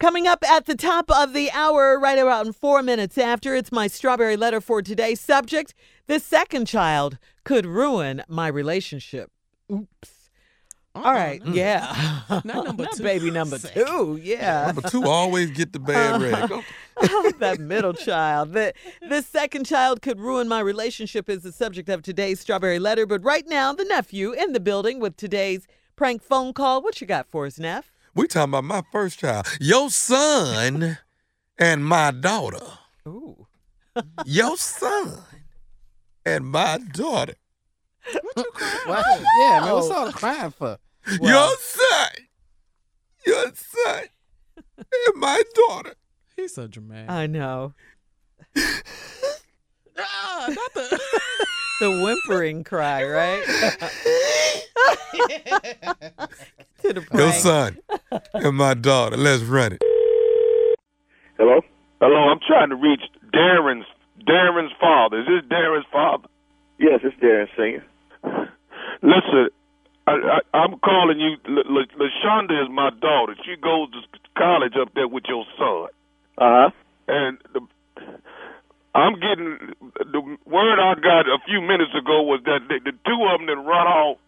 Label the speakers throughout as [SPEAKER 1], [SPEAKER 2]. [SPEAKER 1] Coming up at the top of the hour, right around four minutes after, it's my strawberry letter for today's subject. The second child could ruin my relationship. Oops. All right.
[SPEAKER 2] Oh,
[SPEAKER 1] Yeah.
[SPEAKER 2] Uh-uh. Mm. Not number
[SPEAKER 1] Not
[SPEAKER 2] two.
[SPEAKER 1] baby number
[SPEAKER 2] Sick.
[SPEAKER 1] two. Yeah.
[SPEAKER 3] Number two always get the bad rag. Go-
[SPEAKER 1] that middle child. The, the second child could ruin my relationship is the subject of today's strawberry letter. But right now, the nephew in the building with today's prank phone call. What you got for us, Neff?
[SPEAKER 3] We talking about my first child, your son, and my daughter.
[SPEAKER 1] Ooh.
[SPEAKER 3] Your son and my daughter.
[SPEAKER 2] What? Yeah, man, what's Oh. all the crying for?
[SPEAKER 3] your son, your son, and my daughter.
[SPEAKER 2] He's so dramatic.
[SPEAKER 1] I know.
[SPEAKER 2] ah, not the.
[SPEAKER 1] The whimpering cry, right? to the
[SPEAKER 3] Your
[SPEAKER 1] prank.
[SPEAKER 3] son and my daughter. Let's run it.
[SPEAKER 4] Hello? Hello, I'm trying to reach Darren's Darren's father. Is this Darren's father? Yes, it's Darren Singer. Listen, I, I, I'm calling you. La- La- LaShonda is my daughter. She goes to college up there with your son.
[SPEAKER 5] Uh-huh.
[SPEAKER 4] Uh huh. And the, I'm getting the word I got a few minutes ago was that the, the two of them then run off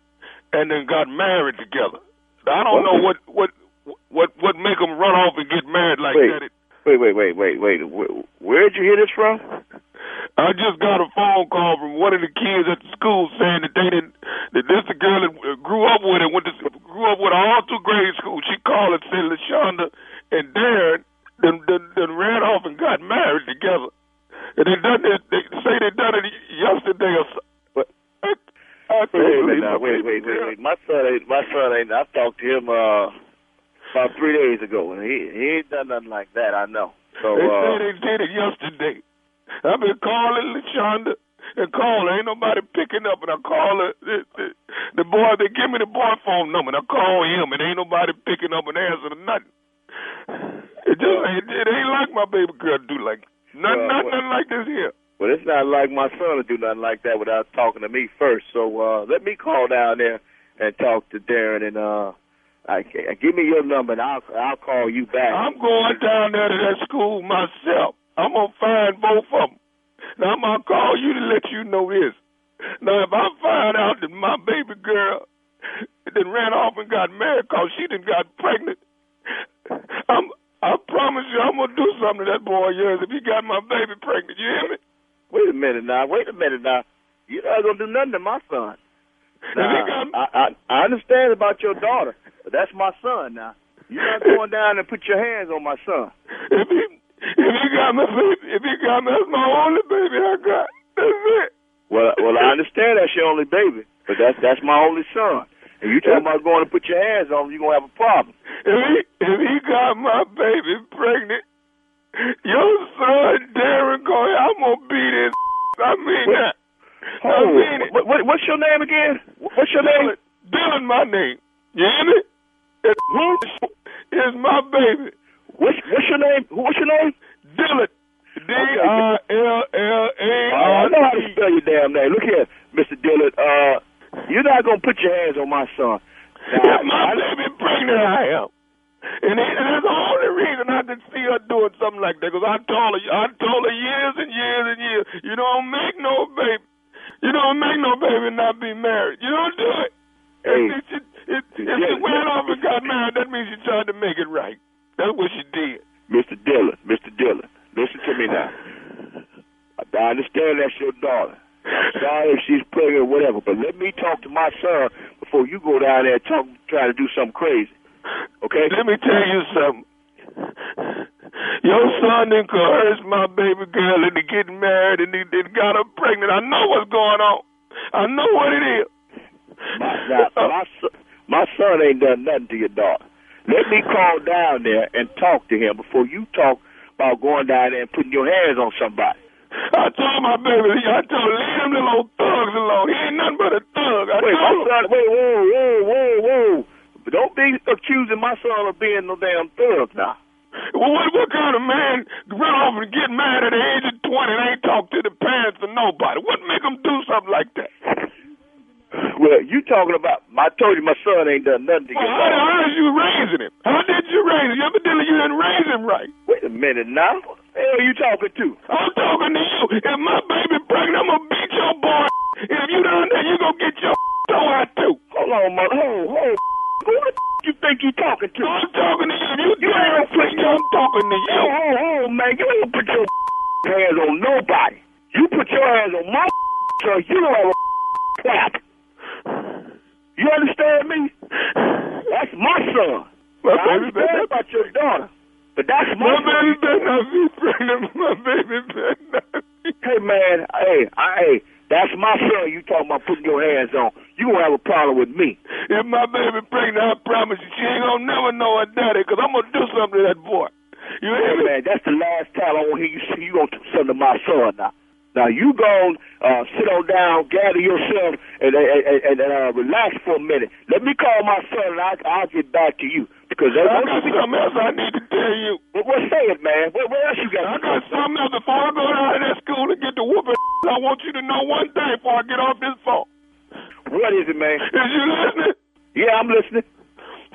[SPEAKER 4] and then got married together. I don't know what what what what make them run off and get married like
[SPEAKER 5] Wait.
[SPEAKER 4] that. It-
[SPEAKER 5] Wait, wait, wait, wait, wait. Where, where'd you hear this from?
[SPEAKER 4] I just got a phone call from one of the kids at the school saying that they didn't that this the girl that uh, grew up with and went to grew up with all through grade school. She called and said LaShonda and Darren then, then, then ran off and got married together. And they done it. They say they done it yesterday or so.
[SPEAKER 5] What?
[SPEAKER 4] I, I
[SPEAKER 5] Wait,
[SPEAKER 4] can't
[SPEAKER 5] wait, wait,
[SPEAKER 4] believe
[SPEAKER 5] now,
[SPEAKER 4] my
[SPEAKER 5] wait,
[SPEAKER 4] people,
[SPEAKER 5] wait, wait,
[SPEAKER 4] man.
[SPEAKER 5] wait. My son ain't. My son ain't. I talked to him uh, about three days ago, and he he ain't done nothing like that. I know. So
[SPEAKER 4] They say
[SPEAKER 5] uh,
[SPEAKER 4] they did it yesterday. I've been calling LaShonda and calling. Ain't nobody picking up. And I call her, the, the, the boy, they give me the boy phone number. And I call him, and ain't nobody picking up and answering nothing. It just ain't, it ain't like my baby girl do like nothing,
[SPEAKER 5] Well,
[SPEAKER 4] nothing,
[SPEAKER 5] what-
[SPEAKER 4] nothing like this here.
[SPEAKER 5] well, it's not like my son to do nothing like that without talking to me first. So uh, let me call down there and talk to Darren, and uh, I, I give me your number, and I'll I'll call you back.
[SPEAKER 4] I'm going down there to that school myself. I'm gonna find both of them. Now I'm gonna call you to let you know this. Now if I find out that my baby girl then ran off and got married 'cause she done got pregnant, I'm I promise you I'm gonna do something to that boy of yours if he got my baby pregnant. You hear me?
[SPEAKER 5] Wait a minute now. Wait a minute now. You're not gonna do nothing to my son.
[SPEAKER 4] If
[SPEAKER 5] Now,
[SPEAKER 4] he got
[SPEAKER 5] I, I I understand about your daughter, but that's my son now. You're not going down and put your hands on my son.
[SPEAKER 4] if he if he got my baby if he got my that's my only baby I got. That's it.
[SPEAKER 5] Well, well, I understand that's your only baby, but that's that's my only son. And you talking about going to put your hands on him, you're gonna have a problem.
[SPEAKER 4] If he if he got my baby pregnant, your son Darren going, I'm gonna beat his. I mean that. I mean it.
[SPEAKER 5] what, what, what's your name again? What's your name?
[SPEAKER 4] Dylan, Dylan, my name. You hear me? It's, it's my baby,
[SPEAKER 5] What's what's your name? Who- What's your name?
[SPEAKER 4] Dylan. D I L L A
[SPEAKER 5] Uh, I
[SPEAKER 4] R.
[SPEAKER 5] know how to spell your damn name. Look here, Mister Dillard. Uh, you're not gonna put your hands on my son. Now,
[SPEAKER 4] If my
[SPEAKER 5] I-
[SPEAKER 4] baby pregnant, I am. And it- and that's the only reason I can see her doing something like that. Cause I told her, I told her years and years and years, you don't make no baby, you don't make no baby and not be married. You don't do it.
[SPEAKER 5] Hey.
[SPEAKER 4] If she, if, if she went off and got married, that means she tried to make it right. That's what she did.
[SPEAKER 5] Mr. Dillon, Mr. Dillon, listen to me now. I understand that's your daughter. I'm sorry if she's pregnant or whatever, but let me talk to my son before you go down there and talk, try to do something crazy. Okay?
[SPEAKER 4] Let me tell you something. Your son done coerced my baby girl into getting married and he done got her pregnant. I know what's going on. I know what it is.
[SPEAKER 5] My, now, my, son, my son ain't done nothing to your daughter. Let me call down there and talk to him before you talk about going down there and putting your hands on somebody.
[SPEAKER 4] I told my baby, I told him, leave them little old thugs alone. He ain't nothing but a thug. I
[SPEAKER 5] Wait, my
[SPEAKER 4] told him.
[SPEAKER 5] son, wait, whoa, whoa, whoa, whoa. But don't be accusing my son of being no damn thug now.
[SPEAKER 4] Well, what, what kind of man run off and get mad at the age of 20 and ain't talk to the parents or nobody? What make them do something like that?
[SPEAKER 5] Well, you talking about? I told you my son ain't done nothing to your
[SPEAKER 4] Well, how,
[SPEAKER 5] father.
[SPEAKER 4] how did you raising him? How did you raise him? You evidently you didn't raise him right.
[SPEAKER 5] Wait a minute now. Who are you talking to?
[SPEAKER 4] I'm talking to you. If my baby pregnant, I'm gonna beat your boy. If you down there, you gonna get your toe out too.
[SPEAKER 5] Hold on, mother. Hold, hold. Who the you think you talking to?
[SPEAKER 4] I'm talking to you. If you
[SPEAKER 5] You ain't
[SPEAKER 4] dare
[SPEAKER 5] gonna put
[SPEAKER 4] freak, I'm talking to you.
[SPEAKER 5] Hold, hold, hold, man. You ain't put your hands on nobody. You put your hands on my so you don't have a clap. You understand me? That's my son.
[SPEAKER 4] My
[SPEAKER 5] I
[SPEAKER 4] baby,
[SPEAKER 5] understand
[SPEAKER 4] better-
[SPEAKER 5] about your daughter, but that's my
[SPEAKER 4] my
[SPEAKER 5] son.
[SPEAKER 4] baby better not be pregnant. My baby better not be.
[SPEAKER 5] Hey man, hey, I, hey, that's my son. You talking about putting your hands on? You gonna have a problem with me?
[SPEAKER 4] If my baby pregnant, I promise you, she ain't gonna never know her daddy, cause I'm gonna do something to that boy. You
[SPEAKER 5] Hey
[SPEAKER 4] hear me?
[SPEAKER 5] man, that's the last time I want to hear you say you gonna do something to my son now. Now you go uh, sit on down, gather yourself, and and, and, and uh, relax for a minute. Let me call my son, and I, I'll get back to you because that,
[SPEAKER 4] I got
[SPEAKER 5] what,
[SPEAKER 4] something else I need to tell you.
[SPEAKER 5] what, what say it, man? What, what else you
[SPEAKER 4] I
[SPEAKER 5] got?
[SPEAKER 4] got something else before I go out of that school and get the whooping. I want you to know one thing before I get off this phone.
[SPEAKER 5] What is it, man?
[SPEAKER 4] Is you listening?
[SPEAKER 5] Yeah, I'm listening.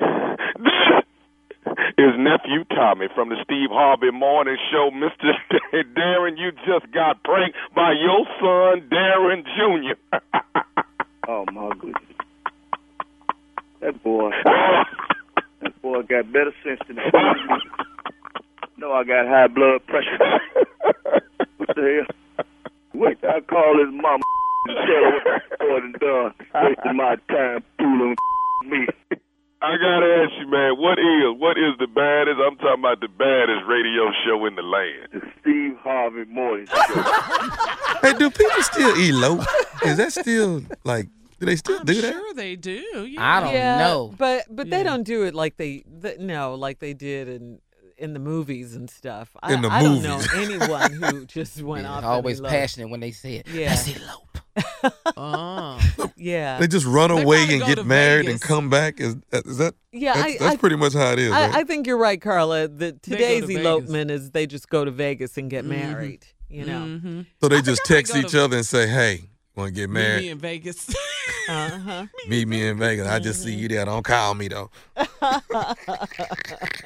[SPEAKER 4] This is nephew Tommy from the Steve Harvey Morning Show. Mr. Darren, you just got pranked by your son, Darren Jr.
[SPEAKER 5] Oh my goodness, that boy, that boy got better sense than that. No, I got high blood pressure. What the hell? Wait, I call his mama and tell her what the boy done done. Wasting my time fooling me.
[SPEAKER 4] I gotta ask you, man, what is what is the baddest? I'm talking about the baddest radio show in the land.
[SPEAKER 5] The Steve Harvey Morning Show.
[SPEAKER 3] Hey, do people still elope? Is that still like? Do they still
[SPEAKER 6] I'm
[SPEAKER 3] do that?
[SPEAKER 6] sure they do. Yeah.
[SPEAKER 2] I don't
[SPEAKER 1] yeah,
[SPEAKER 2] know.
[SPEAKER 1] But but they
[SPEAKER 6] Yeah.
[SPEAKER 1] don't do it like they th- no like they did in in the movies and stuff. I,
[SPEAKER 3] In the
[SPEAKER 1] I don't know
[SPEAKER 3] movies.
[SPEAKER 1] anyone who just went
[SPEAKER 2] Yeah,
[SPEAKER 1] off. and
[SPEAKER 2] always
[SPEAKER 1] eloped.
[SPEAKER 2] passionate when they say it.
[SPEAKER 1] Yeah.
[SPEAKER 2] That's elope.
[SPEAKER 6] Oh.
[SPEAKER 1] Yeah,
[SPEAKER 3] They just run
[SPEAKER 6] They
[SPEAKER 3] away
[SPEAKER 6] probably
[SPEAKER 3] and
[SPEAKER 6] go to
[SPEAKER 3] get married and
[SPEAKER 6] Vegas.
[SPEAKER 3] come back. Is, is that?
[SPEAKER 1] yeah.
[SPEAKER 3] that's
[SPEAKER 1] I,
[SPEAKER 3] that's
[SPEAKER 1] I,
[SPEAKER 3] pretty much how it is. right?
[SPEAKER 1] I, I think you're right, Carla. That
[SPEAKER 6] go
[SPEAKER 1] today's
[SPEAKER 6] to
[SPEAKER 1] elopement is they just go to Vegas and get married. You know.
[SPEAKER 6] Mm-hmm.
[SPEAKER 3] so they just
[SPEAKER 6] think I
[SPEAKER 3] text
[SPEAKER 6] go to-
[SPEAKER 3] each other and say, "Hey, want to get
[SPEAKER 6] Me
[SPEAKER 3] married?
[SPEAKER 6] in Vegas. Mm-hmm.
[SPEAKER 1] Uh huh.
[SPEAKER 3] Meet me in Vegas. I just see you there. Don't call me though."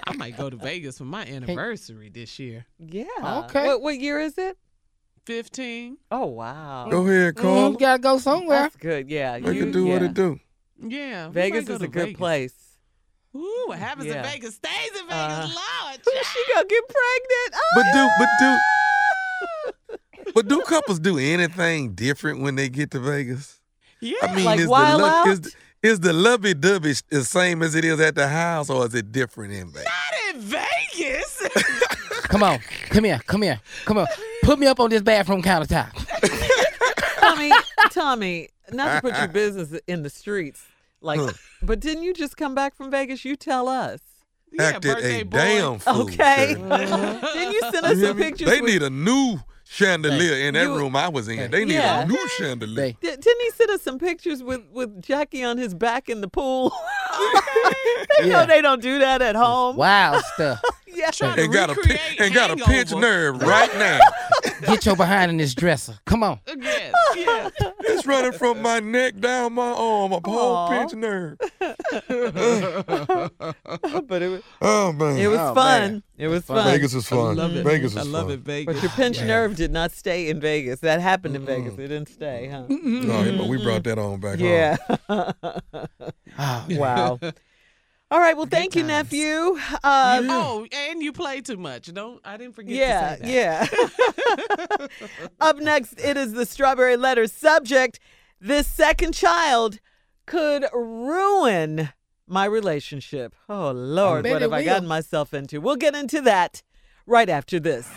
[SPEAKER 6] I might go to Vegas for my anniversary this year.
[SPEAKER 1] Yeah.
[SPEAKER 2] Okay.
[SPEAKER 1] What what year is it?
[SPEAKER 6] 15.
[SPEAKER 1] Oh wow.
[SPEAKER 3] Go ahead, Carl.
[SPEAKER 2] you gotta go somewhere.
[SPEAKER 1] That's good. Yeah.
[SPEAKER 3] Make
[SPEAKER 1] you-
[SPEAKER 3] it do what
[SPEAKER 1] yeah.
[SPEAKER 3] it do.
[SPEAKER 6] Yeah. we might
[SPEAKER 1] Vegas
[SPEAKER 6] go
[SPEAKER 1] is
[SPEAKER 6] to
[SPEAKER 1] a good
[SPEAKER 6] Vegas.
[SPEAKER 1] place.
[SPEAKER 6] Ooh, what happens
[SPEAKER 1] Yeah.
[SPEAKER 6] in Vegas stays in Vegas.
[SPEAKER 1] Uh,
[SPEAKER 6] Lord.
[SPEAKER 1] she gonna get pregnant. Ah! Oh,
[SPEAKER 3] But do, but do, but do couples do anything different when they get to Vegas?
[SPEAKER 6] Yeah.
[SPEAKER 3] I mean,
[SPEAKER 1] Like
[SPEAKER 3] is,
[SPEAKER 1] wild
[SPEAKER 3] the
[SPEAKER 1] out?
[SPEAKER 3] love, is, the- is the lovey dovey the same as it is at the house, or is it different in Vegas?
[SPEAKER 6] Not in Vegas.
[SPEAKER 2] Come on. Come here. Come here. Come on. Put me up on this bathroom countertop.
[SPEAKER 1] Tommy, Tommy, not to put your business in the streets, like,
[SPEAKER 3] Huh.
[SPEAKER 1] but didn't you just come back from Vegas? You tell us,
[SPEAKER 6] yeah,
[SPEAKER 3] Acted
[SPEAKER 6] birthday
[SPEAKER 3] a
[SPEAKER 6] boy.
[SPEAKER 3] damn fool.
[SPEAKER 1] okay?
[SPEAKER 3] Shirley.
[SPEAKER 1] didn't you send
[SPEAKER 3] Oh, You
[SPEAKER 1] us
[SPEAKER 3] hear
[SPEAKER 1] some
[SPEAKER 3] me?
[SPEAKER 1] pictures?
[SPEAKER 3] They
[SPEAKER 1] with-
[SPEAKER 3] need a new chandelier in that
[SPEAKER 1] You-
[SPEAKER 3] room I was in. They need
[SPEAKER 1] Yeah.
[SPEAKER 3] a new chandelier.
[SPEAKER 2] They,
[SPEAKER 1] Di- didn't he send us some pictures with with Jackie on his back in the pool? they know
[SPEAKER 2] Yeah.
[SPEAKER 1] they don't do that at home.
[SPEAKER 2] wild stuff.
[SPEAKER 1] Yeah.
[SPEAKER 6] Trying to
[SPEAKER 3] and got a pi-
[SPEAKER 6] recreate
[SPEAKER 3] and got a pinch
[SPEAKER 6] hangover.
[SPEAKER 3] nerve right now.
[SPEAKER 2] Get your behind in this dresser. Come on.
[SPEAKER 6] Yes, yeah.
[SPEAKER 3] it's running from my neck down my arm, a whole
[SPEAKER 1] Aw.
[SPEAKER 3] pinch nerve.
[SPEAKER 1] but it, wa-
[SPEAKER 3] Oh man,
[SPEAKER 1] it was
[SPEAKER 2] Oh,
[SPEAKER 1] fun.
[SPEAKER 2] man.
[SPEAKER 1] It was fun.
[SPEAKER 3] Vegas is
[SPEAKER 6] I
[SPEAKER 3] fun.
[SPEAKER 6] love it.
[SPEAKER 3] Vegas is
[SPEAKER 6] I love
[SPEAKER 3] fun.
[SPEAKER 6] it, Vegas.
[SPEAKER 1] But your pinched nerve did not stay in Vegas. That happened in Vegas. It didn't stay, huh?
[SPEAKER 3] No, but we brought that on back
[SPEAKER 1] Mm-hmm. Yeah.
[SPEAKER 3] home.
[SPEAKER 2] Oh,
[SPEAKER 1] wow. All right. Well, thank you,
[SPEAKER 6] Ah. times.
[SPEAKER 1] nephew. Uh,
[SPEAKER 6] Oh, and you play too much. Don't I didn't forget
[SPEAKER 1] yeah,
[SPEAKER 6] to say that.
[SPEAKER 1] yeah. Up next, it is the strawberry letter subject. This second child could ruin my relationship. Oh, Lord,
[SPEAKER 2] bet
[SPEAKER 1] what
[SPEAKER 2] it
[SPEAKER 1] have I gotten
[SPEAKER 2] will.
[SPEAKER 1] myself into? We'll get into that right after this.